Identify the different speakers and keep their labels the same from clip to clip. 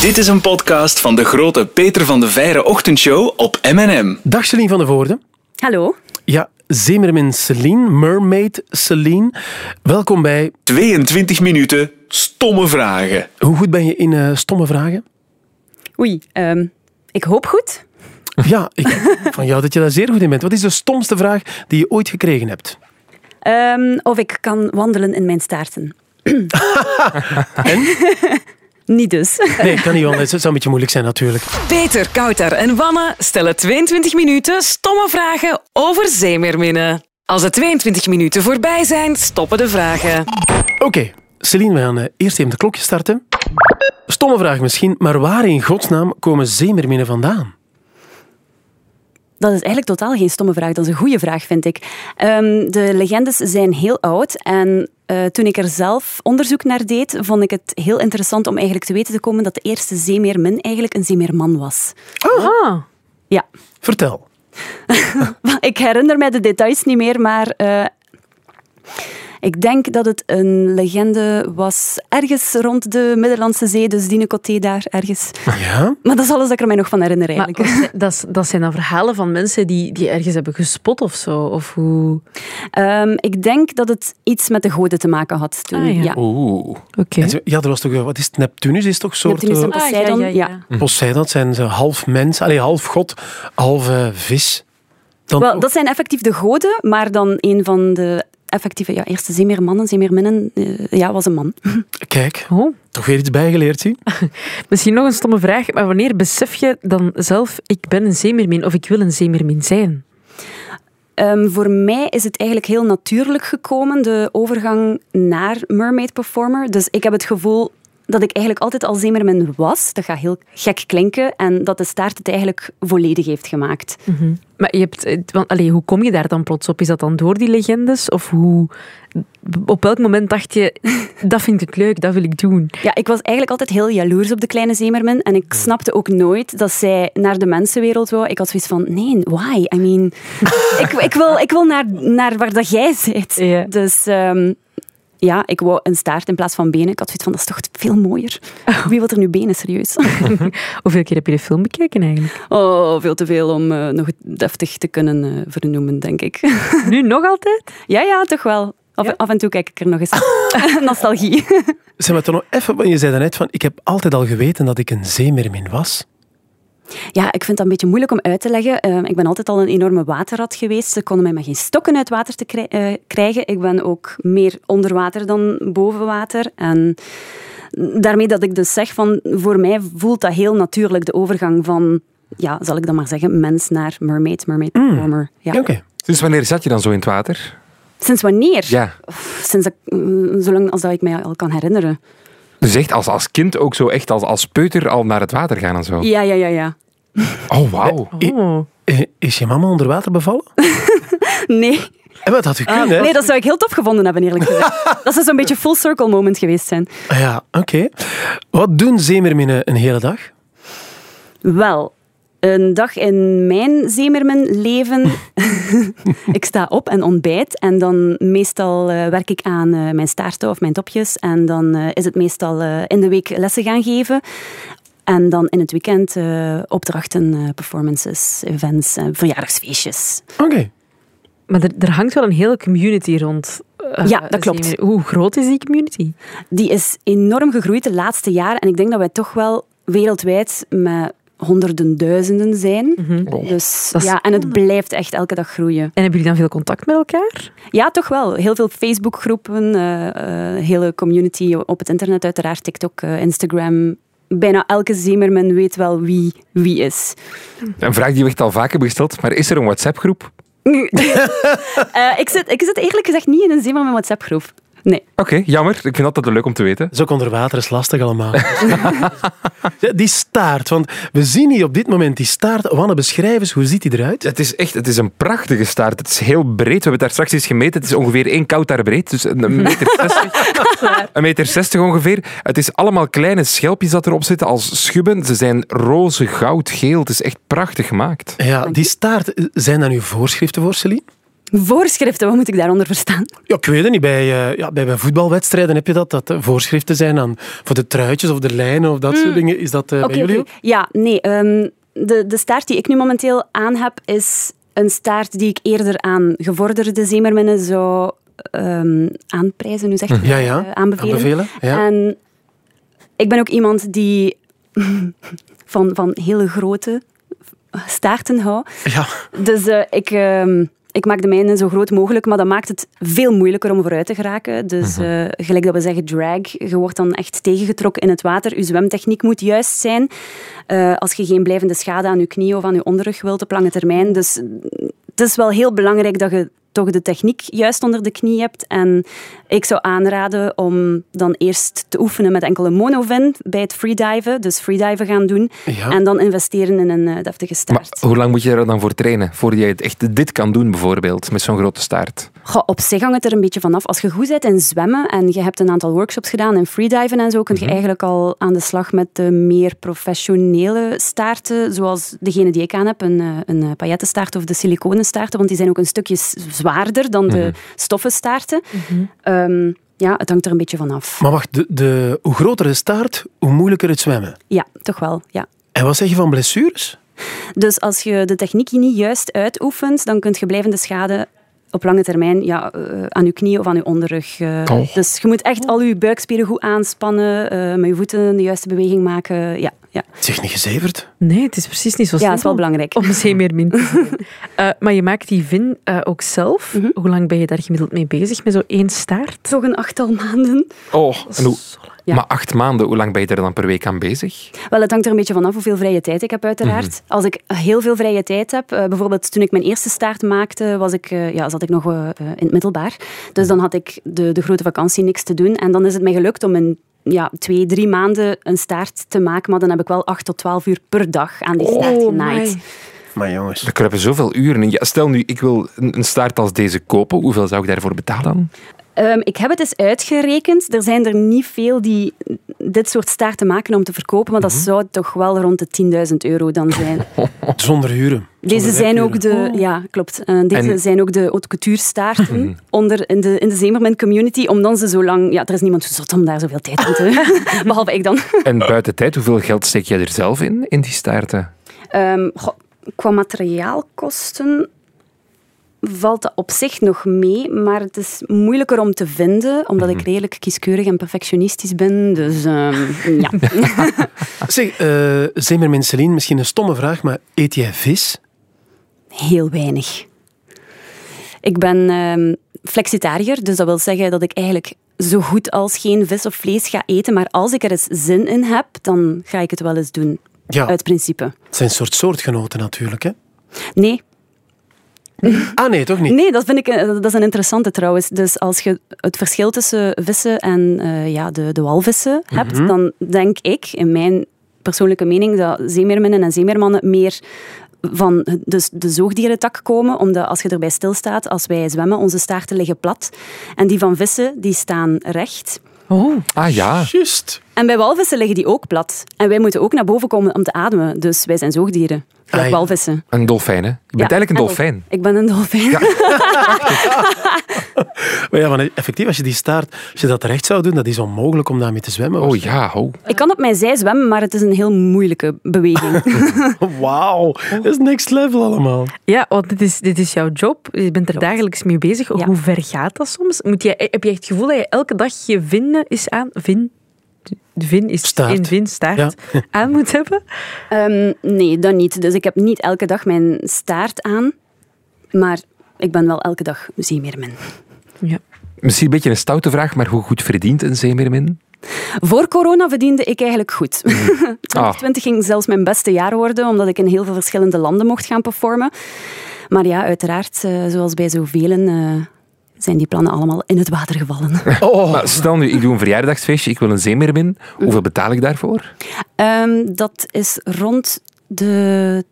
Speaker 1: Dit is een podcast van de grote Peter van de Veire ochtendshow op M&M.
Speaker 2: Dag Celine van der Voorde.
Speaker 3: Hallo.
Speaker 2: Ja, Zemermin Celine, Mermaid Celine. Welkom bij
Speaker 1: 22 minuten stomme vragen.
Speaker 2: Hoe goed ben je in eh, stomme vragen?
Speaker 3: Oei, ehm, ik hoop goed.
Speaker 2: Ja, ik van jou dat je daar zeer goed in bent. Wat is de stomste vraag die je ooit gekregen hebt?
Speaker 3: Ehm, of ik kan wandelen in mijn staarten. Niet dus.
Speaker 2: Nee, kan niet anders. Het zou een beetje moeilijk zijn natuurlijk.
Speaker 4: Peter, Kouter en Wanne stellen 22 minuten stomme vragen over zeemeerminnen. Als de 22 minuten voorbij zijn, stoppen de vragen.
Speaker 2: Oké, Celine, we gaan eh, eerst even de klokje starten. Stomme vraag misschien, maar waar in godsnaam komen zeemerminnen vandaan?
Speaker 3: Dat is eigenlijk totaal geen stomme vraag. Dat is een goede vraag, vind ik. Ehm, de legendes zijn heel oud. En eh, toen ik er zelf onderzoek naar deed, vond ik het heel interessant om eigenlijk te weten te komen dat de eerste zeemeermin eigenlijk een zeemeerman was.
Speaker 5: Ah.
Speaker 4: Aha.
Speaker 3: Ja,
Speaker 2: Vertel.
Speaker 3: ik herinner mij de details niet meer, maar eh, ik denk dat het een legende was ergens rond de Middellandse Zee, dus Dinecoté daar ergens.
Speaker 2: Ja?
Speaker 3: Maar dat is alles dat ik er mij nog van herinner
Speaker 5: Maar
Speaker 3: eigenlijk.
Speaker 5: dat, is- dat zijn dan verhalen van mensen die, die ergens hebben gespot of zo? Of hoe...
Speaker 3: Ehm, ik denk dat het iets met de goden te maken had toen.
Speaker 5: Ah, ja.
Speaker 3: ja.
Speaker 2: Oeh.
Speaker 5: Oké.
Speaker 2: En ze- Ja, er was toch, eh, wat is het, Neptunus is toch soort...
Speaker 3: Neptunus en
Speaker 5: Ah,
Speaker 2: eh,
Speaker 3: Poseidon, ja.
Speaker 2: Poseidon zijn ze half mens, allee, half god, half eh, vis. Dan,
Speaker 3: Wel, dat zijn effectief de goden, maar dan een van de effectieve ja, eerste zeemeermannen, zeemeerminnen, eh, ja, was een man.
Speaker 2: Kijk,
Speaker 5: Oh.
Speaker 2: toch weer iets bijgeleerd, zie.
Speaker 5: Misschien nog een stomme vraag, maar wanneer besef je dan zelf, ik ben een zeemermin of ik wil een zeemermin zijn?
Speaker 3: Ehm, voor mij is het eigenlijk heel natuurlijk gekomen, de overgang naar Mermaid Performer. Dus ik heb het gevoel dat ik eigenlijk altijd al zeemermin was. Dat gaat heel gek klinken. En dat de staart het eigenlijk volledig heeft gemaakt.
Speaker 5: Maar je hebt, eh, want, allee, hoe kom je daar dan plots op? Is dat dan door die legendes? Of hoe, op welk moment dacht je, dat vind ik leuk, dat wil ik doen?
Speaker 3: Ja, ik was eigenlijk altijd heel jaloers op de kleine zeemermin. En ik snapte ook nooit dat zij naar de mensenwereld wou. Ik had zoiets van, nee, why? I mean, ik, ik wil, ik wil naar, naar waar dat jij zit.
Speaker 5: Ja.
Speaker 3: Dus ehm, ja, ik wou een staart in plaats van benen. Ik had zoiets van, dat is toch veel mooier. Wie wil er nu benen, serieus?
Speaker 5: Hoeveel keer heb je de film bekeken eigenlijk?
Speaker 3: Oh, veel te veel om eh, nog deftig te kunnen eh, vernoemen, denk ik.
Speaker 5: Nu nog altijd?
Speaker 3: ja, ja, toch wel. Af, af en toe kijk ik er nog eens. Nostalgie.
Speaker 2: Zeg maar, toch nog even, want je zei daarnet van, ik heb altijd al geweten dat ik een zeemermin was.
Speaker 3: Ja, ik vind dat een beetje moeilijk om uit te leggen. Eh, ik ben altijd al een enorme waterrat geweest. Ze konden mij maar geen stokken uit water te krij- eh, krijgen. Ik ben ook meer onder water dan boven water. En daarmee dat ik dus zeg van, voor mij voelt dat heel natuurlijk de overgang van, ja, zal ik dan maar zeggen, mens naar mermaid, mermaid performer. Ja.
Speaker 2: Oké.
Speaker 6: Sinds wanneer zat je dan zo in het water?
Speaker 3: Sinds wanneer?
Speaker 6: Ja.
Speaker 3: Pff, Sinds ik, mm, zolang als dat ik mij al kan herinneren.
Speaker 6: Dus echt als, als kind ook zo, echt als, als peuter al naar het water gaan en zo.
Speaker 3: Ja, ja, ja, ja.
Speaker 6: Oh, wauw.
Speaker 2: I-
Speaker 5: Oh.
Speaker 2: eh, Is je mama onder water bevallen?
Speaker 3: Nee.
Speaker 2: En wat had gekund, hè?
Speaker 3: Ah, nee, dat zou ik heel tof gevonden hebben, eerlijk gezegd. dat zou zo'n beetje full circle moment geweest zijn.
Speaker 2: Ah, Ja, oké. Wat doen zeemerminnen een hele dag?
Speaker 3: Wel, een dag in mijn zeemerminleven. ik sta op en ontbijt. En dan meestal eh, werk ik aan eh, mijn staarten of mijn topjes. En dan eh, is het meestal eh, in de week lessen gaan geven. En dan in het weekend eh, opdrachten, eh, performances, events, en verjaardagsfeestjes.
Speaker 2: Oké.
Speaker 5: Maar er, er hangt wel een hele community rond. eh,
Speaker 3: Ja, dat klopt.
Speaker 5: zeemeermin. Hoe groot is die community?
Speaker 3: Die is enorm gegroeid de laatste jaren. En ik denk dat wij toch wel wereldwijd met honderden duizenden zijn. Dus,
Speaker 5: Mhm. Dat is
Speaker 3: ja, en het blijft echt elke dag groeien.
Speaker 5: En hebben jullie dan veel contact met elkaar?
Speaker 3: Ja, toch wel. Heel veel Facebookgroepen, eh, eh, hele community op het internet uiteraard, TikTok, eh, Instagram. Bijna elke zeemermin weet wel wie wie is.
Speaker 6: Een vraag die we echt al vaker hebben gesteld, maar is er een WhatsApp-groep?
Speaker 3: Eh, ik, zit, ik zit eerlijk gezegd niet in een zeemermin WhatsApp-groep. Nee.
Speaker 6: Oké, jammer. Ik vind dat altijd leuk om te weten.
Speaker 2: Dat is ook onder water, is lastig allemaal. Ja, die staart, want we zien hier op dit moment die staart. Wanne, beschrijf eens, hoe ziet die eruit?
Speaker 6: Het is echt het is een prachtige staart. Het is heel breed. We hebben het daar straks eens gemeten. Het is ongeveer één kouter breed, dus een een meter zestig. een meter zestig ongeveer. Het is allemaal kleine schelpjes dat erop zitten als schubben. Ze zijn roze, goud, geel. Het is echt prachtig gemaakt.
Speaker 2: Ja, die staart, eh, zijn daar nu voorschriften voor, Celine?
Speaker 3: Voorschriften, wat moet ik daaronder verstaan?
Speaker 2: Ja, ik weet het niet. Bij, eh, ja, bij, bij voetbalwedstrijden heb je dat, dat er voorschriften zijn aan, voor de truitjes of de lijnen of dat soort dingen. Is dat eh,
Speaker 3: Mm. Oké,
Speaker 2: bij jullie
Speaker 3: oké. Ja, nee. ehm, de, de staart die ik nu momenteel aan heb, is een staart die ik eerder aan gevorderde zeemerminnen zou ehm, aanprijzen, hoe zeg je dat?
Speaker 2: Ja, ja.
Speaker 3: Eh, aanbevelen.
Speaker 2: Aanbevelen, ja.
Speaker 3: En ik ben ook iemand die van, van hele grote staarten houdt.
Speaker 2: ook? Ja.
Speaker 3: Dus eh, ik, ehm, ik maak de mijne zo groot mogelijk, maar dat maakt het veel moeilijker om vooruit te geraken. Dus eh, gelijk dat we zeggen drag, je wordt dan echt tegengetrokken in het water. Je zwemtechniek moet juist zijn eh, als je geen blijvende schade aan je knie of aan je onderrug wilt op lange termijn. Dus mm, het is wel heel belangrijk dat je toch de techniek juist onder de knie hebt. En ik zou aanraden om dan eerst te oefenen met enkele monovin bij het freediven. Dus freediven gaan doen.
Speaker 2: Ja.
Speaker 3: En dan investeren in een eh, deftige
Speaker 6: Maar
Speaker 3: staart.
Speaker 6: hoe lang moet je er dan voor trainen? Voordat je het echt dit kan doen, bijvoorbeeld, met zo'n grote staart?
Speaker 3: Goh, op zich hangt het er een beetje vanaf. Als je goed bent in zwemmen en je hebt een aantal workshops gedaan in freediven en zo, kun je eigenlijk al aan de slag met de meer professionele staarten, zoals degene die ik aan heb, een, eh, een eh, paillettenstaart of de siliconenstaarten, want die zijn ook een stukje s- zwaarder dan de stoffenstaarten. Ehm, ja, het hangt er een beetje vanaf.
Speaker 2: Maar wacht, de, de, hoe groter de staart, hoe moeilijker het zwemmen.
Speaker 3: Ja, toch wel, ja.
Speaker 2: En wat zeg je van blessures?
Speaker 3: Dus als je de techniek hier niet juist uitoefent, dan kun je blijvende schade op lange termijn ja, eh, aan je knie of aan je onderrug. eh,
Speaker 6: Oh.
Speaker 3: Dus je moet echt al je buikspieren goed aanspannen, eh, met je voeten de juiste beweging maken. Ja, ja.
Speaker 2: Zeg niet gezeverd.
Speaker 5: Nee, het is precies niet zo
Speaker 3: ja
Speaker 5: simpel.
Speaker 3: dat is wel belangrijk.
Speaker 5: Om zeemeermin te zijn. Eh, maar je maakt die vin eh, ook zelf.
Speaker 3: Mhm.
Speaker 5: Hoe lang ben je daar gemiddeld mee bezig, met zo één staart?
Speaker 3: Toch een achttal maanden.
Speaker 6: Oh, en hoe-
Speaker 3: Ja.
Speaker 6: maar acht maanden, hoe lang ben je er dan per week aan bezig?
Speaker 3: Wel, het hangt er een beetje vanaf hoeveel vrije tijd ik heb, uiteraard. Als ik heel veel vrije tijd heb, eh, bijvoorbeeld toen ik mijn eerste staart maakte, was ik, eh, ja, zat ik nog eh, eh, in het middelbaar. Dus dan had ik de, de grote vakantie niks te doen. En dan is het mij gelukt om in ja, twee, drie maanden een staart te maken. Maar dan heb ik wel acht tot twaalf uur per dag aan die staart genaaid.
Speaker 5: Oh, my.
Speaker 2: Maar jongens.
Speaker 6: Er kruipen zoveel uren in. Ja, stel nu, ik wil een een staart als deze kopen. Hoeveel zou ik daarvoor betalen dan?
Speaker 3: Ehm, ik heb het eens uitgerekend. Er zijn er niet veel die dit soort staarten maken om te verkopen. Maar dat zou toch wel rond de 10.000 euro dan zijn.
Speaker 2: Zonder huren.
Speaker 3: Deze
Speaker 2: Zonder
Speaker 3: zijn
Speaker 2: werkuren.
Speaker 3: ook de, ja, klopt. Eh, deze
Speaker 6: En-
Speaker 3: zijn ook de haute couture-staarten onder in de, in de Zemerman community, omdat ze zo lang, ja, er is niemand zo zot om daar zoveel tijd aan te, behalve ik dan.
Speaker 6: En buiten tijd, hoeveel geld steek jij er zelf in, in die staarten?
Speaker 3: Ehm, goh, qua materiaalkosten valt dat op zich nog mee, maar het is moeilijker om te vinden, omdat ik redelijk kieskeurig en perfectionistisch ben. Dus ehm, ja.
Speaker 2: Zeg, eh Zemermin Celine, misschien een stomme vraag, maar eet jij vis?
Speaker 3: Heel weinig. Ik ben ehm, flexitariër, dus dat wil zeggen dat ik eigenlijk zo goed als geen vis of vlees ga eten. Maar als ik er eens zin in heb, dan ga ik het wel eens doen.
Speaker 2: Ja,
Speaker 3: Uit principe.
Speaker 2: het zijn soort soortgenoten natuurlijk, hè?
Speaker 3: Nee,
Speaker 2: Ah nee, toch niet?
Speaker 3: nee dat, vind ik, eh, dat is een interessante trouwens. Dus als je het verschil tussen vissen en eh, ja, de, de walvissen
Speaker 6: Mhm.
Speaker 3: hebt, dan denk ik, in mijn persoonlijke mening, dat zeemeerminnen en zeemeermannen meer van het- dus de zoogdierentak komen, omdat als je erbij stilstaat, als wij zwemmen, onze staarten liggen plat. En die van vissen, die staan recht.
Speaker 5: Oh,
Speaker 6: Ah ja,
Speaker 2: Juist.
Speaker 3: En bij walvissen liggen die ook plat. En wij moeten ook naar boven komen om te ademen. Dus wij zijn zoogdieren. Gelijk
Speaker 2: Ah, ja.
Speaker 3: walvissen. Je
Speaker 6: een dolfijn hè? Je bent eigenlijk een dolfijn.
Speaker 3: Ik ben een dolfijn.
Speaker 2: Maar ja, maar effectief, als je die staart, als je dat terecht zou doen, dat is onmogelijk om daarmee te zwemmen.
Speaker 6: Oh ja, ho.
Speaker 3: Ik kan op mijn zij zwemmen, maar het is een heel moeilijke beweging.
Speaker 2: Wauw, dat is next level allemaal.
Speaker 5: Ja, want dit is, dit is jouw job. Je bent er dagelijks mee bezig.
Speaker 3: Ja.
Speaker 5: Hoe ver gaat dat soms? Moet je, heb je echt het gevoel dat je elke dag je vinden is aan... Vin? De vin is
Speaker 2: Staart.
Speaker 5: een vinstaart aan moet hebben?
Speaker 3: Ehm, nee, dat niet. Dus ik heb niet elke dag mijn staart aan. Maar ik ben wel elke dag zeemeermin.
Speaker 5: Ja.
Speaker 6: Misschien een beetje een stoute vraag, maar hoe goed verdient een zeemeermin?
Speaker 3: Voor corona verdiende ik eigenlijk goed.
Speaker 6: Ah.
Speaker 3: 2020 ging zelfs mijn beste jaar worden, omdat ik in heel veel verschillende landen mocht gaan performen. Maar ja, uiteraard, eh, zoals bij zoveel, eh, zijn die plannen allemaal in het water gevallen.
Speaker 6: Maar stel nu, ik doe een verjaardagsfeestje, ik wil een zeemeermin. Hoeveel betaal ik daarvoor?
Speaker 3: Ehm, dat is rond de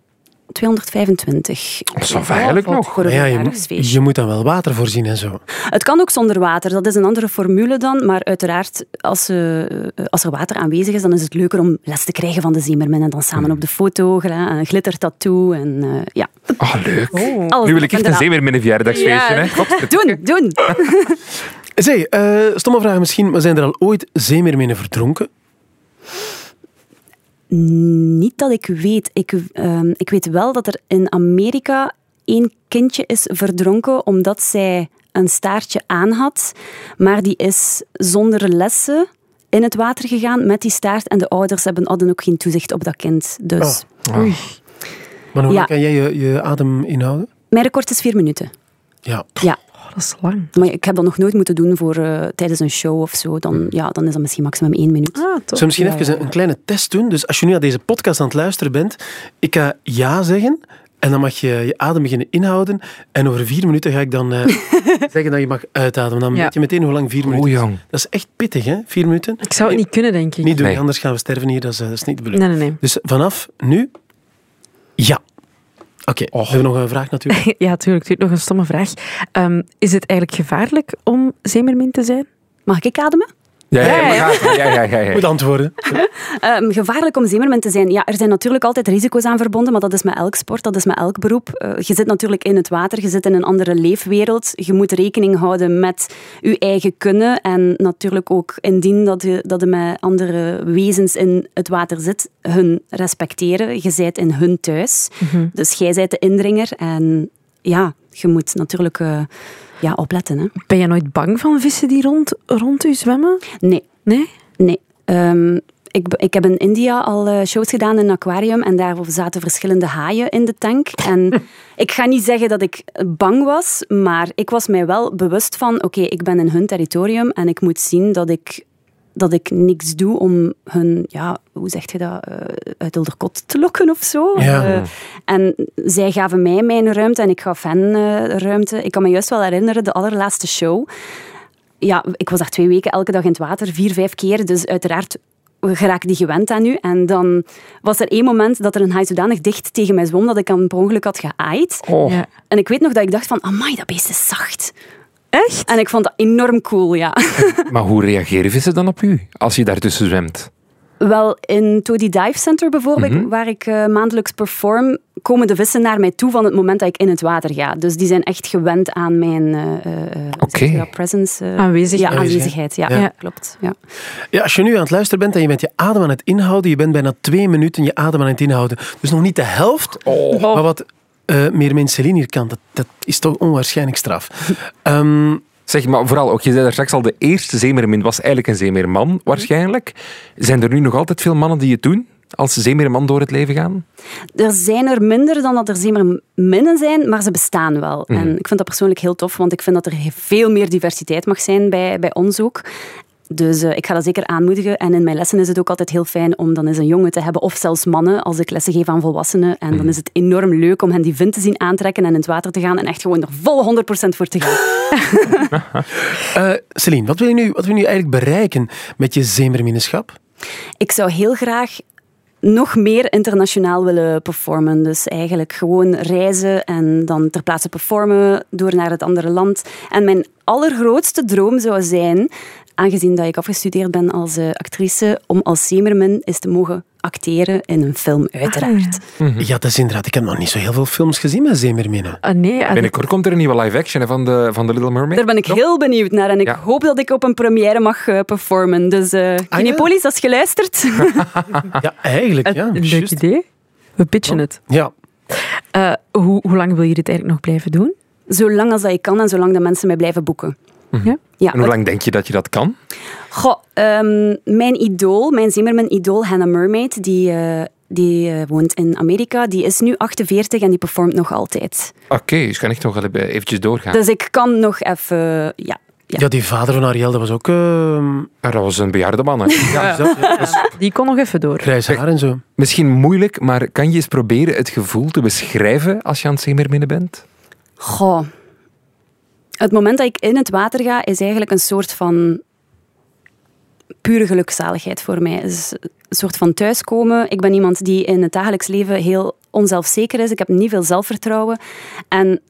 Speaker 3: 225.
Speaker 6: Oh, Dat is eigenlijk nog.
Speaker 3: Voor een
Speaker 2: Maar ja, je, moet-
Speaker 3: verjaardagsfeestje.
Speaker 2: je moet dan wel water voorzien en zo.
Speaker 3: Het kan ook zonder water, dat is een andere formule dan. Maar uiteraard, als, eh, als er water aanwezig is, dan is het
Speaker 6: Mhm.
Speaker 3: leuker om les te krijgen van de zeemermin. En dan samen op de foto, gla- een glittertattoo. En, eh, ja.
Speaker 6: Ah, leuk.
Speaker 3: Alles
Speaker 6: nu wil ik echt een
Speaker 3: inderdaad.
Speaker 6: zeemeermin verjaardagsfeestje.
Speaker 5: Ja.
Speaker 6: hè. Klopt het?
Speaker 3: Doen, doen.
Speaker 2: Zeg, eh, stomme vraag misschien, maar zijn er al ooit zeemeerminnen verdronken?
Speaker 3: Niet dat ik weet. Ik, ehm, ik weet wel dat er in Amerika één kindje is verdronken omdat zij een staartje aan had. Maar die is zonder lessen in het water gegaan met die staart. En de ouders hebben, hadden ook geen toezicht op dat kind. Dus
Speaker 6: Oh.
Speaker 2: Maar hoe lang
Speaker 3: Ja.
Speaker 2: kan jij je, je adem inhouden?
Speaker 3: mijn record is vier minuten.
Speaker 2: Ja.
Speaker 3: Ja.
Speaker 5: Oh, dat is lang.
Speaker 3: Maar ik heb dat nog nooit moeten doen voor, eh, tijdens een show of zo. Dan, ja, dan is dat misschien maximum één minuut.
Speaker 5: Ah,
Speaker 2: Zullen
Speaker 5: toch.
Speaker 2: we misschien
Speaker 3: Ja,
Speaker 2: even
Speaker 3: ja.
Speaker 2: een, een kleine test doen? Dus als je nu naar deze podcast aan het luisteren bent, ik ga ja zeggen en dan mag je je adem beginnen inhouden. En over vier minuten ga ik dan eh, zeggen dat je mag uitademen. Dan
Speaker 5: Ja.
Speaker 2: weet je meteen hoe lang vier minuten
Speaker 6: Oeh,
Speaker 2: is.
Speaker 6: Oh, jong.
Speaker 2: Dat is echt pittig, hè? Vier minuten.
Speaker 5: Ik zou het niet kunnen, denk ik.
Speaker 2: Niet doen,
Speaker 6: Nee.
Speaker 2: anders gaan we sterven hier. Dat is, eh, dat is niet de bedoeling.
Speaker 5: Nee, nee, nee.
Speaker 2: Dus vanaf nu, ja. Oké, we hebben nog een vraag natuurlijk.
Speaker 5: Ja, tuurlijk. tuurlijk. Nog een stomme vraag. Ehm, is het eigenlijk gevaarlijk om zeemermin te zijn?
Speaker 3: Mag ik ademen?
Speaker 6: Ja, ja, ja. maar gaat- ja, ja, ja, ja.
Speaker 2: Moet antwoorden.
Speaker 3: Ehm, gevaarlijk om zeemermin te zijn. Ja, er zijn natuurlijk altijd risico's aan verbonden, maar dat is met elk sport, dat is met elk beroep. Eh, je zit natuurlijk in het water, je zit in een andere leefwereld. Je moet rekening houden met je eigen kunnen. En natuurlijk ook indien dat je, dat je met andere wezens in het water zit, hun respecteren. Je zijt in hun thuis. Dus jij zijt de indringer. En ja, je moet natuurlijk eh, ja, opletten. Hè.
Speaker 5: Ben je nooit bang van vissen die rond, rond u zwemmen?
Speaker 3: Nee,
Speaker 5: Nee?
Speaker 3: Nee. Ehm, ik, be- ik heb in India al eh, shows gedaan in een aquarium en daar zaten verschillende haaien in de tank. En ik ga niet zeggen dat ik bang was, maar ik was mij wel bewust van: oké, ik ben in hun territorium en ik moet zien dat ik, dat ik niks doe om hun, ja, hoe zeg je dat, eh, uit Ilderkot te lokken of zo.
Speaker 2: Ja.
Speaker 3: Eh, en zij gaven mij mijn ruimte en ik gaf hen eh, ruimte. Ik kan me juist wel herinneren, de allerlaatste show ja, ik was daar twee weken elke dag in het water, vier, vijf keer. Dus uiteraard geraak die gewend aan nu. En dan was er één moment dat er een haai zodanig dicht tegen mij zwom dat ik hem per ongeluk had geaaid.
Speaker 6: Oh.
Speaker 5: Ja.
Speaker 3: En ik weet nog dat ik dacht van, amai, dat beest is zacht.
Speaker 5: Echt?
Speaker 3: En ik vond dat enorm cool, ja.
Speaker 6: Maar hoe reageren vissen dan op u als je daartussen zwemt?
Speaker 3: Wel, in Todi Dive Center bijvoorbeeld, waar ik eh, maandelijks perform, komen de vissen naar mij toe van het moment dat ik in het water ga. Dus die zijn echt gewend aan mijn eh, eh, eh, hoe zeg je
Speaker 6: Oké.
Speaker 3: dat, presence. eh,
Speaker 5: Aanwezig.
Speaker 3: Ja,
Speaker 2: Aanwezigheid.
Speaker 3: aanwezigheid. Ja,
Speaker 2: Ja.
Speaker 3: ja. klopt. Ja.
Speaker 2: Ja, als je nu aan het luisteren bent en je bent je adem aan het inhouden, je bent bijna twee minuten je adem aan het inhouden. Dus nog niet de helft. Maar wat eh meer mensen hier kan, dat, dat is toch onwaarschijnlijk straf. Ehm,
Speaker 6: Zeg, maar vooral ook, je zei daar straks al, de eerste zeemeermin was eigenlijk een zeemeerman, waarschijnlijk. Zijn er nu nog altijd veel mannen die het doen? Als zeemeerman door het leven gaan?
Speaker 3: Er zijn er minder dan dat er zeemerminnen zijn, maar ze bestaan wel. En ik vind dat persoonlijk heel tof, want ik vind dat er veel meer diversiteit mag zijn bij, bij ons ook. Dus eh, ik ga dat zeker aanmoedigen. En in mijn lessen is het ook altijd heel fijn om dan eens een jongen te hebben, of zelfs mannen, als ik lessen geef aan volwassenen. En dan is het enorm leuk om hen die vin te zien aantrekken en in het water te gaan en echt gewoon er volle 100% voor te gaan.
Speaker 2: eh, Celine, wat wil, je nu, wat wil je nu eigenlijk bereiken met je zeemerminenschap?
Speaker 3: Ik zou heel graag nog meer internationaal willen performen. Dus eigenlijk gewoon reizen en dan ter plaatse performen door naar het andere land. En mijn allergrootste droom zou zijn, aangezien dat ik afgestudeerd ben als eh, actrice, om als zeemermin is te mogen acteren in een film, uiteraard.
Speaker 2: Ja, dat is inderdaad. Ik heb nog niet zo heel veel films gezien met zeemerminnen.
Speaker 5: Ah, nee, ah,
Speaker 6: Binnenkort komt er een nieuwe live-action hè, van de, van de Little Mermaid.
Speaker 3: Daar ben ik heel benieuwd naar en ik
Speaker 6: Ja. Ah,
Speaker 3: hoop dat ik op een première mag eh, performen. Dus eh Kinepolis, als je luistert.
Speaker 2: Ja, eigenlijk.
Speaker 5: het-
Speaker 2: Ja,
Speaker 5: een leuk
Speaker 2: juist. Oh.
Speaker 5: idee. We pitchen het.
Speaker 2: ja.
Speaker 5: Eh, hoe, hoe lang wil je dit eigenlijk nog blijven doen?
Speaker 3: zolang als dat ik kan en zolang dat mensen mij blijven boeken.
Speaker 2: Mhm.
Speaker 5: Ja?
Speaker 3: Ja,
Speaker 6: En hoe lang denk je dat je dat kan?
Speaker 3: Goh, ehm, mijn idool, mijn Zimmerman-idool Hannah Mermaid, die, eh, die eh, woont in Amerika. Die is nu 48 en die performt nog altijd.
Speaker 6: Oké, dus kan echt nog wel eventjes doorgaan.
Speaker 3: Dus ik kan nog even... Ja, ja.
Speaker 2: ja, die vader van Ariel, dat was ook ehm
Speaker 6: Maar Ah, dat was een bejaarde man. hè.
Speaker 2: ja. dat, ja, dat is
Speaker 5: Die kon nog even door.
Speaker 2: grijs haar en zo.
Speaker 6: Misschien moeilijk, maar kan je eens proberen het gevoel te beschrijven als je aan het zeemeerminnen bent?
Speaker 3: Goh. Het moment dat ik in het water ga, is eigenlijk een soort van pure gelukzaligheid voor mij. Het is een soort van thuiskomen. Ik ben iemand die in het dagelijks leven heel onzelfzeker is. Ik heb niet veel zelfvertrouwen. En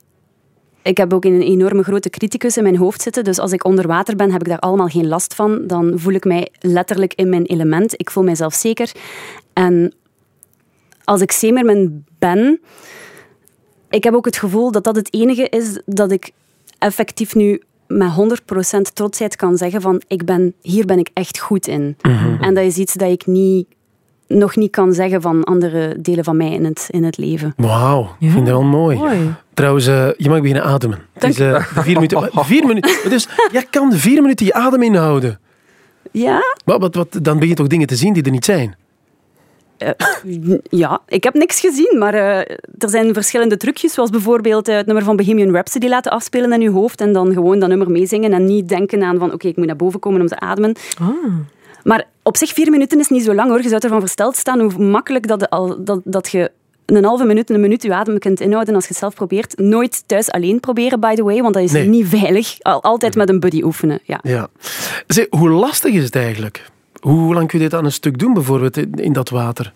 Speaker 3: ik heb ook een enorme grote criticus in mijn hoofd zitten. Dus als ik onder water ben, heb ik daar allemaal geen last van. Dan voel ik mij letterlijk in mijn element. Ik voel mijzelf zeker. En als ik zeemermin ben, ik heb ook het gevoel dat dat het enige is dat ik effectief nu met 100% trotsheid kan zeggen van ik ben, hier ben ik echt goed in. En dat is iets dat ik niet, nog niet kan zeggen van andere delen van mij in het, in het leven.
Speaker 2: Wauw, ik vind dat wel mooi.
Speaker 5: Mooi.
Speaker 2: Trouwens, eh, je mag beginnen ademen. Het is eh, vier minuten. maar Vier minuten. Dus jij kan vier minuten je adem inhouden.
Speaker 3: Ja?
Speaker 2: Maar wat, wat, dan begin je toch dingen te zien die er niet zijn?
Speaker 3: Ja, ik heb niks gezien, maar eh, er zijn verschillende trucjes, zoals bijvoorbeeld eh, het nummer van Bohemian Rhapsody laten afspelen in je hoofd en dan gewoon dat nummer meezingen en niet denken aan van oké, ik moet naar boven komen om te ademen. Maar op zich, vier minuten is niet zo lang hoor. Je zou ervan versteld staan hoe makkelijk dat, al, dat, dat je een halve minuut, een minuut je adem kunt inhouden als je het zelf probeert. Nooit thuis alleen proberen, by the way, want dat is
Speaker 2: Nee.
Speaker 3: niet veilig. Al- altijd met een buddy oefenen, ja.
Speaker 2: Ja. Zeg, hoe lastig is het eigenlijk? Hoe lang kun je dit aan een stuk doen, bijvoorbeeld, in, in dat water?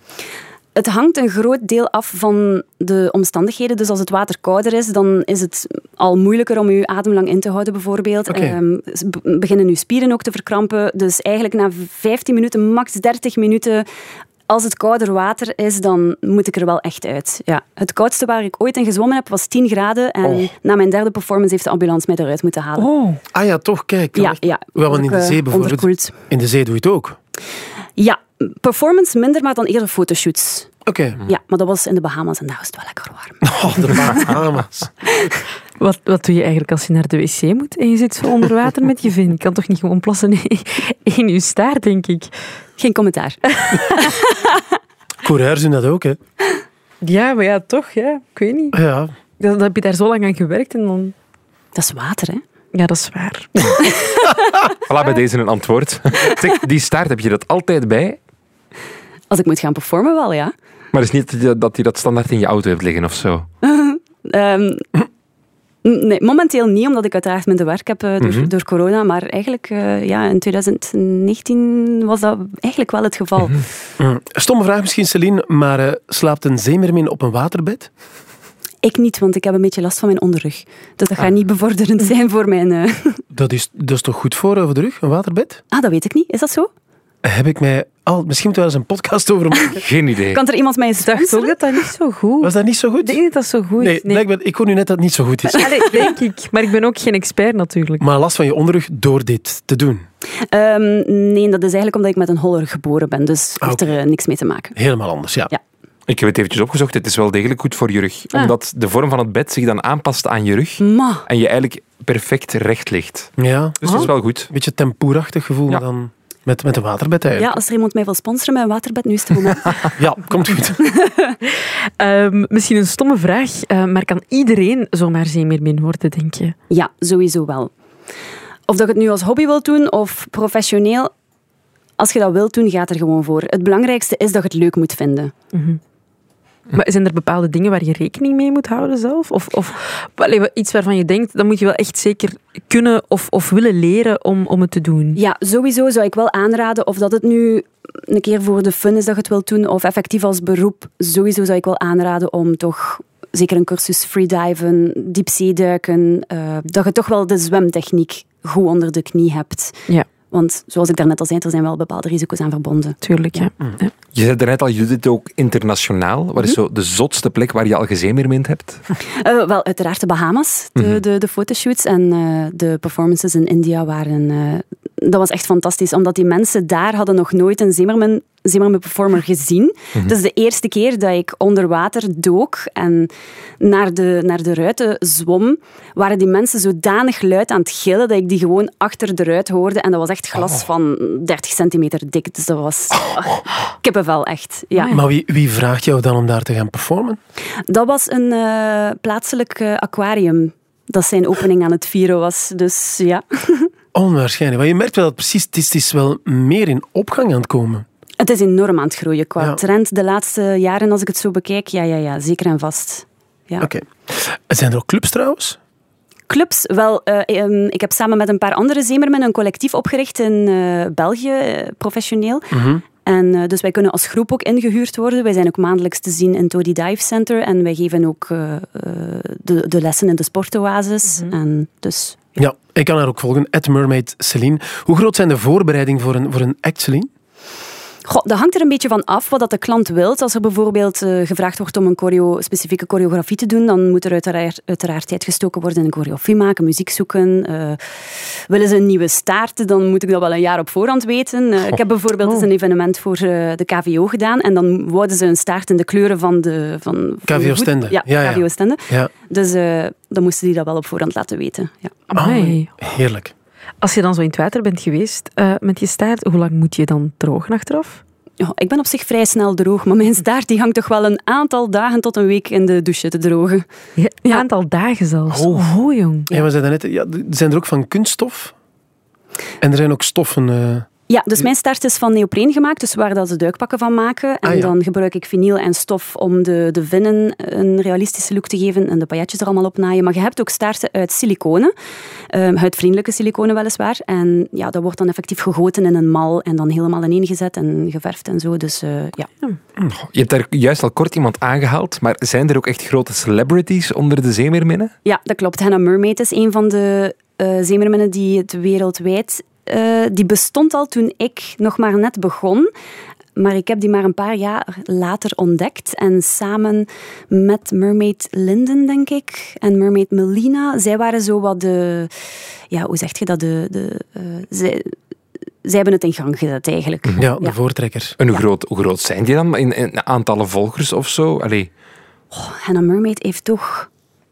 Speaker 3: Het hangt een groot deel af van de omstandigheden. Dus als het water kouder is, dan is het al moeilijker om je adem lang in te houden, bijvoorbeeld.
Speaker 2: Oké.
Speaker 3: Ehm, s- b- beginnen uw spieren ook te verkrampen. Dus eigenlijk na 15 minuten, max 30 minuten. Als het kouder water is, dan moet ik er wel echt uit. Ja. Het koudste waar ik ooit in gezwommen heb, was 10 graden. En
Speaker 2: Oh.
Speaker 3: na mijn derde performance heeft de ambulance mij eruit moeten halen.
Speaker 5: Oh.
Speaker 2: Ah ja, toch, kijk.
Speaker 3: Ja, ja.
Speaker 2: Wel, want
Speaker 3: Dus
Speaker 2: in
Speaker 3: ik,
Speaker 2: de
Speaker 3: eh,
Speaker 2: zee bijvoorbeeld.
Speaker 3: onderkoeld.
Speaker 2: In de zee doe je het ook.
Speaker 3: Ja, performance minder, maar dan eerder fotoshoots.
Speaker 2: Oké.
Speaker 3: Ja, maar dat was in de Bahamas en daar was het wel lekker warm.
Speaker 2: Oh, de Bahamas.
Speaker 5: Wat, wat doe je eigenlijk als je naar de wc moet en je zit zo onder water met je vin? Je kan toch niet gewoon plassen in, in je staart, denk ik?
Speaker 3: Geen commentaar.
Speaker 2: Coureurs doen dat ook, hè?
Speaker 5: Ja, maar ja, toch, ja. Ik weet niet.
Speaker 2: Ja.
Speaker 5: Dan, dan heb je daar zo lang aan gewerkt en dan...
Speaker 3: Dat is water, hè?
Speaker 5: Ja, dat is waar.
Speaker 6: Voilà, bij deze een antwoord. Zeg, die staart heb je dat altijd bij,
Speaker 3: Als ik moet gaan performen, wel, ja.
Speaker 6: maar het is niet dat je- dat je dat standaard in je auto hebt liggen of zo.
Speaker 3: Ehm, n- nee, momenteel niet, omdat ik uiteraard minder werk heb eh, door, door corona. Maar eigenlijk, eh, ja, in 2019 was dat eigenlijk wel het geval.
Speaker 2: Hm. Stomme vraag misschien, Celine, maar eh, slaapt een zeemermin op een waterbed?
Speaker 3: Ik niet, want ik heb een beetje last van mijn onderrug. Dus dat gaat niet bevorderend zijn voor mijn... eh,
Speaker 2: Dat is, dat is toch goed voor over de rug, een waterbed?
Speaker 3: Ah, dat weet ik niet. Is dat zo?
Speaker 2: Heb ik mij al... Misschien moeten we daar eens een podcast over maken.
Speaker 6: Geen idee.
Speaker 3: Kan er iemand mij eens
Speaker 5: dacht ook
Speaker 3: sponsoren?
Speaker 5: dat dat niet zo goed...
Speaker 2: Was dat niet zo
Speaker 5: Ik denk
Speaker 2: goed?
Speaker 5: dat dat zo goed
Speaker 2: Nee,
Speaker 5: is. Nee.
Speaker 2: blijkbaar, ik hoor nu net dat het niet zo goed is.
Speaker 5: Allee, denk ik. Maar ik ben ook geen expert, natuurlijk.
Speaker 2: Maar last van je onderrug door dit te doen.
Speaker 3: Ehm, nee, dat is eigenlijk omdat ik met een holler geboren ben. Dus
Speaker 2: Ah,
Speaker 3: heeft er eh, niks mee te maken.
Speaker 2: Helemaal anders, ja.
Speaker 3: Ja.
Speaker 6: Ik heb het eventjes opgezocht. Het is wel degelijk goed voor je rug.
Speaker 5: Ah.
Speaker 6: Omdat de vorm van het bed zich dan aanpast aan je rug.
Speaker 3: Ma,
Speaker 6: En je eigenlijk perfect recht ligt.
Speaker 2: Ja,
Speaker 6: Dus dat is wel goed.
Speaker 2: een beetje tempoerachtig gevoel
Speaker 6: Ja.
Speaker 2: dan met, met een waterbed
Speaker 3: ja,
Speaker 2: eigenlijk.
Speaker 3: als er iemand mij wil sponsoren met een waterbed, nu is het moment.
Speaker 2: Ja, komt goed.
Speaker 5: Ehm, misschien een stomme vraag, eh, maar kan iedereen zomaar zeemeermin worden, denk je?
Speaker 3: Ja, sowieso wel. Of dat je het nu als hobby wilt doen of professioneel. Als je dat wilt doen, gaat er gewoon voor. Het belangrijkste is dat je het leuk moet vinden.
Speaker 5: Maar zijn er bepaalde dingen waar je rekening mee moet houden zelf? Of, of allee, wat- iets waarvan je denkt, dan moet je wel echt zeker kunnen of, of willen leren om, om het te doen?
Speaker 3: Ja, sowieso zou ik wel aanraden of dat het nu een keer voor de fun is dat je het wilt doen of effectief als beroep. Sowieso zou ik wel aanraden om toch zeker een cursus freediven, diepzeeduiken, eh, dat je toch wel de zwemtechniek goed onder de knie hebt.
Speaker 5: Ja.
Speaker 3: Want zoals ik daarnet al zei, er zijn wel bepaalde risico's aan verbonden.
Speaker 5: Tuurlijk, ja. Ja.
Speaker 6: Je zei daarnet al, je doet dit ook internationaal. Wat is zo de zotste plek waar je al gezeemermind hebt?
Speaker 3: Eh, wel, uiteraard de Bahamas, de, de, de fotoshoots en eh, de performances in India waren... eh, dat was echt fantastisch, omdat die mensen daar hadden nog nooit een Zimmerman, Zimmerman performer gezien. Dus de eerste keer dat ik onder water dook en naar de, naar de ruiten zwom, waren die mensen zodanig luid aan het gillen dat ik die gewoon achter de ruit hoorde. En dat was echt glas van 30 centimeter dik. Dus dat was kippenvel, echt. Ja.
Speaker 2: Maar wie, wie vraagt jou dan om daar te gaan performen?
Speaker 3: Dat was een eh, plaatselijk eh, aquarium dat zijn opening aan het vieren was. Dus ja,
Speaker 2: Onwaarschijnlijk. Maar je merkt wel dat precies, het is, het is wel meer in opgang aan het komen.
Speaker 3: het is enorm aan het groeien qua
Speaker 2: Ja.
Speaker 3: trend de laatste jaren als ik het zo bekijk. Ja, ja, ja, zeker en vast. Ja.
Speaker 2: Oké. Zijn er ook clubs trouwens?
Speaker 3: Clubs, wel, eh, ehm, ik heb samen met een paar andere zeemermen een collectief opgericht in eh, België, eh, professioneel.
Speaker 2: Mhm.
Speaker 3: En eh, dus wij kunnen als groep ook ingehuurd worden. Wij zijn ook maandelijks te zien in Todi Dive Center en wij geven ook eh, eh, de, de lessen in de sportoasis. En dus
Speaker 2: Ja, ik kan haar ook volgen. At Mermaid Celine. Hoe groot zijn de voorbereidingen voor een, voor een act, Celine?
Speaker 3: Goh, dat hangt er een beetje van af wat dat de klant wil. Als er bijvoorbeeld eh, gevraagd wordt om een choreo, specifieke choreografie te doen, dan moet er uiteraard, uiteraard tijd gestoken worden in een choreografie maken, muziek zoeken. Eh, willen ze een nieuwe staart, dan moet ik dat wel een jaar op voorhand weten. Eh,
Speaker 2: Oh.
Speaker 3: ik heb bijvoorbeeld eens een evenement voor eh, de KVO gedaan en dan wouden ze een staart in de kleuren van de... Van, van de
Speaker 2: KVO
Speaker 3: voet-
Speaker 2: Stende.
Speaker 3: Ja,
Speaker 2: Ja, ja.
Speaker 3: KVO Stende.
Speaker 2: Ja,
Speaker 3: Dus eh, dan moesten die dat wel op voorhand laten weten. Ja.
Speaker 5: Amai.
Speaker 2: heerlijk.
Speaker 5: Als je dan zo in het water bent geweest eh, met je staart, hoe lang moet je dan drogen achteraf?
Speaker 3: Ja, Oh, ik ben op zich vrij snel droog, maar mijn staart die hangt toch wel een aantal dagen tot een week in de douche te drogen.
Speaker 5: Ja, Een aantal dagen zelfs. Oh, jong.
Speaker 2: Ja, maar zeiden net, ja, d- zijn er ook van kunststof? En er zijn ook stoffen. eh,
Speaker 3: Ja, dus mijn staart is van neopreen gemaakt, dus waar dat ze duikpakken van maken. En
Speaker 2: Ah, ja.
Speaker 3: dan gebruik ik vinyl en stof om de, de vinnen een realistische look te geven en de pailletjes er allemaal op naaien. Maar je hebt ook staarten uit siliconen, ehm, huidvriendelijke siliconen weliswaar. En ja, dat wordt dan effectief gegoten in een mal en dan helemaal ineengezet en geverfd en zo. Dus eh, ja.
Speaker 6: Je hebt daar juist al kort iemand aangehaald, maar zijn er ook echt grote celebrities onder de zeemeerminnen?
Speaker 3: Ja, dat klopt. Hannah Mermaid is een van de eh zeemerminnen die het wereldwijd... eh, die bestond al toen ik nog maar net begon. Maar ik heb die maar een paar jaar later ontdekt. En samen met Mermaid Linden, denk ik, en Mermaid Melina, zij waren zo wat de... Ja, hoe zeg je dat? De, de, eh, zij, zij hebben het in gang gezet, eigenlijk.
Speaker 2: ja, de
Speaker 3: Ja.
Speaker 2: voortrekker.
Speaker 6: En hoe, groot, hoe groot zijn die dan? In, in aantallen volgers of zo? Allee,
Speaker 3: Hannah Mermaid heeft toch...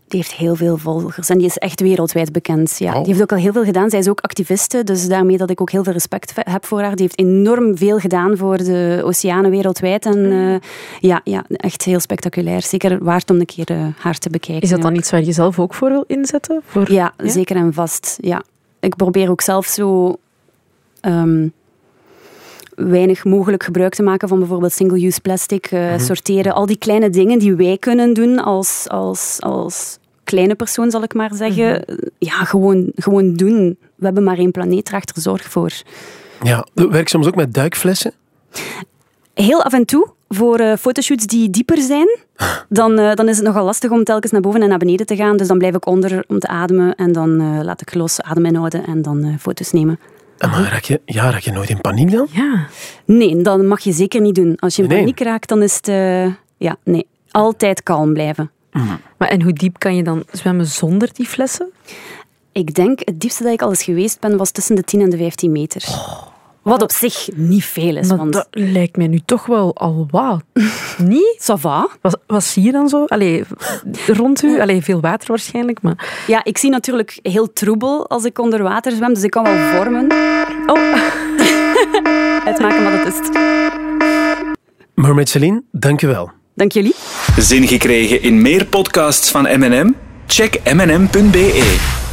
Speaker 3: Die heeft heel veel volgers en die is echt wereldwijd bekend.
Speaker 5: Oh.
Speaker 3: Ja. Die heeft ook al heel veel gedaan. Zij is ook activiste, dus daarmee dat ik ook heel veel respect ve- heb voor haar. Die heeft enorm veel gedaan voor de oceanen wereldwijd. En
Speaker 5: Hmm.
Speaker 3: eh, ja, ja, echt heel spectaculair. Zeker waard om een keer eh, haar te bekijken.
Speaker 5: Is dat dan
Speaker 3: ook.
Speaker 5: iets waar je zelf ook voor wil inzetten? Voor...
Speaker 3: Ja,
Speaker 5: Ja?
Speaker 3: zeker en vast. Ja. Ik probeer ook zelf zo ehm, weinig mogelijk gebruik te maken van bijvoorbeeld single-use plastic, eh, sorteren. Al die kleine dingen die wij kunnen doen als, als, als kleine persoon, zal ik maar zeggen. Ja, gewoon, gewoon doen. We hebben maar één planeet, draag er zorg voor.
Speaker 2: Ja, werk soms ook met duikflessen.
Speaker 3: Heel af en toe, voor eh, fotoshoots die dieper zijn, dan, eh, dan is het nogal lastig om telkens naar boven en naar beneden te gaan. Dus dan blijf ik onder om te ademen en dan eh, laat ik los, adem inhouden en dan eh, foto's nemen.
Speaker 2: Ah, Maar raak je, ja, raak je nooit in paniek dan?
Speaker 5: Ja.
Speaker 3: Nee, dat mag je zeker niet doen. Als je in
Speaker 2: Nee.
Speaker 3: paniek raakt, dan is het... eh, ja, nee. Altijd kalm blijven.
Speaker 5: Maar en hoe diep kan je dan zwemmen zonder die flessen?
Speaker 3: Ik denk, het diepste dat ik al eens geweest ben, was tussen de 10 en de 15 meter. Wat op zich niet veel is,
Speaker 5: Maar
Speaker 3: want...
Speaker 5: dat lijkt mij nu toch wel al wat. Niet?
Speaker 3: Ça va.
Speaker 5: Wat, wat zie je dan zo? Allee, rond u? Allee, veel water waarschijnlijk, maar...
Speaker 3: Ja, ik zie natuurlijk heel troebel als ik onder water zwem, dus ik kan wel vormen.
Speaker 5: Oh,
Speaker 3: Uitmaken wat het is.
Speaker 2: Mermaid Celine, dank je wel.
Speaker 3: Dank jullie.
Speaker 1: Zin gekregen in meer podcasts van M&M? Check mm.be.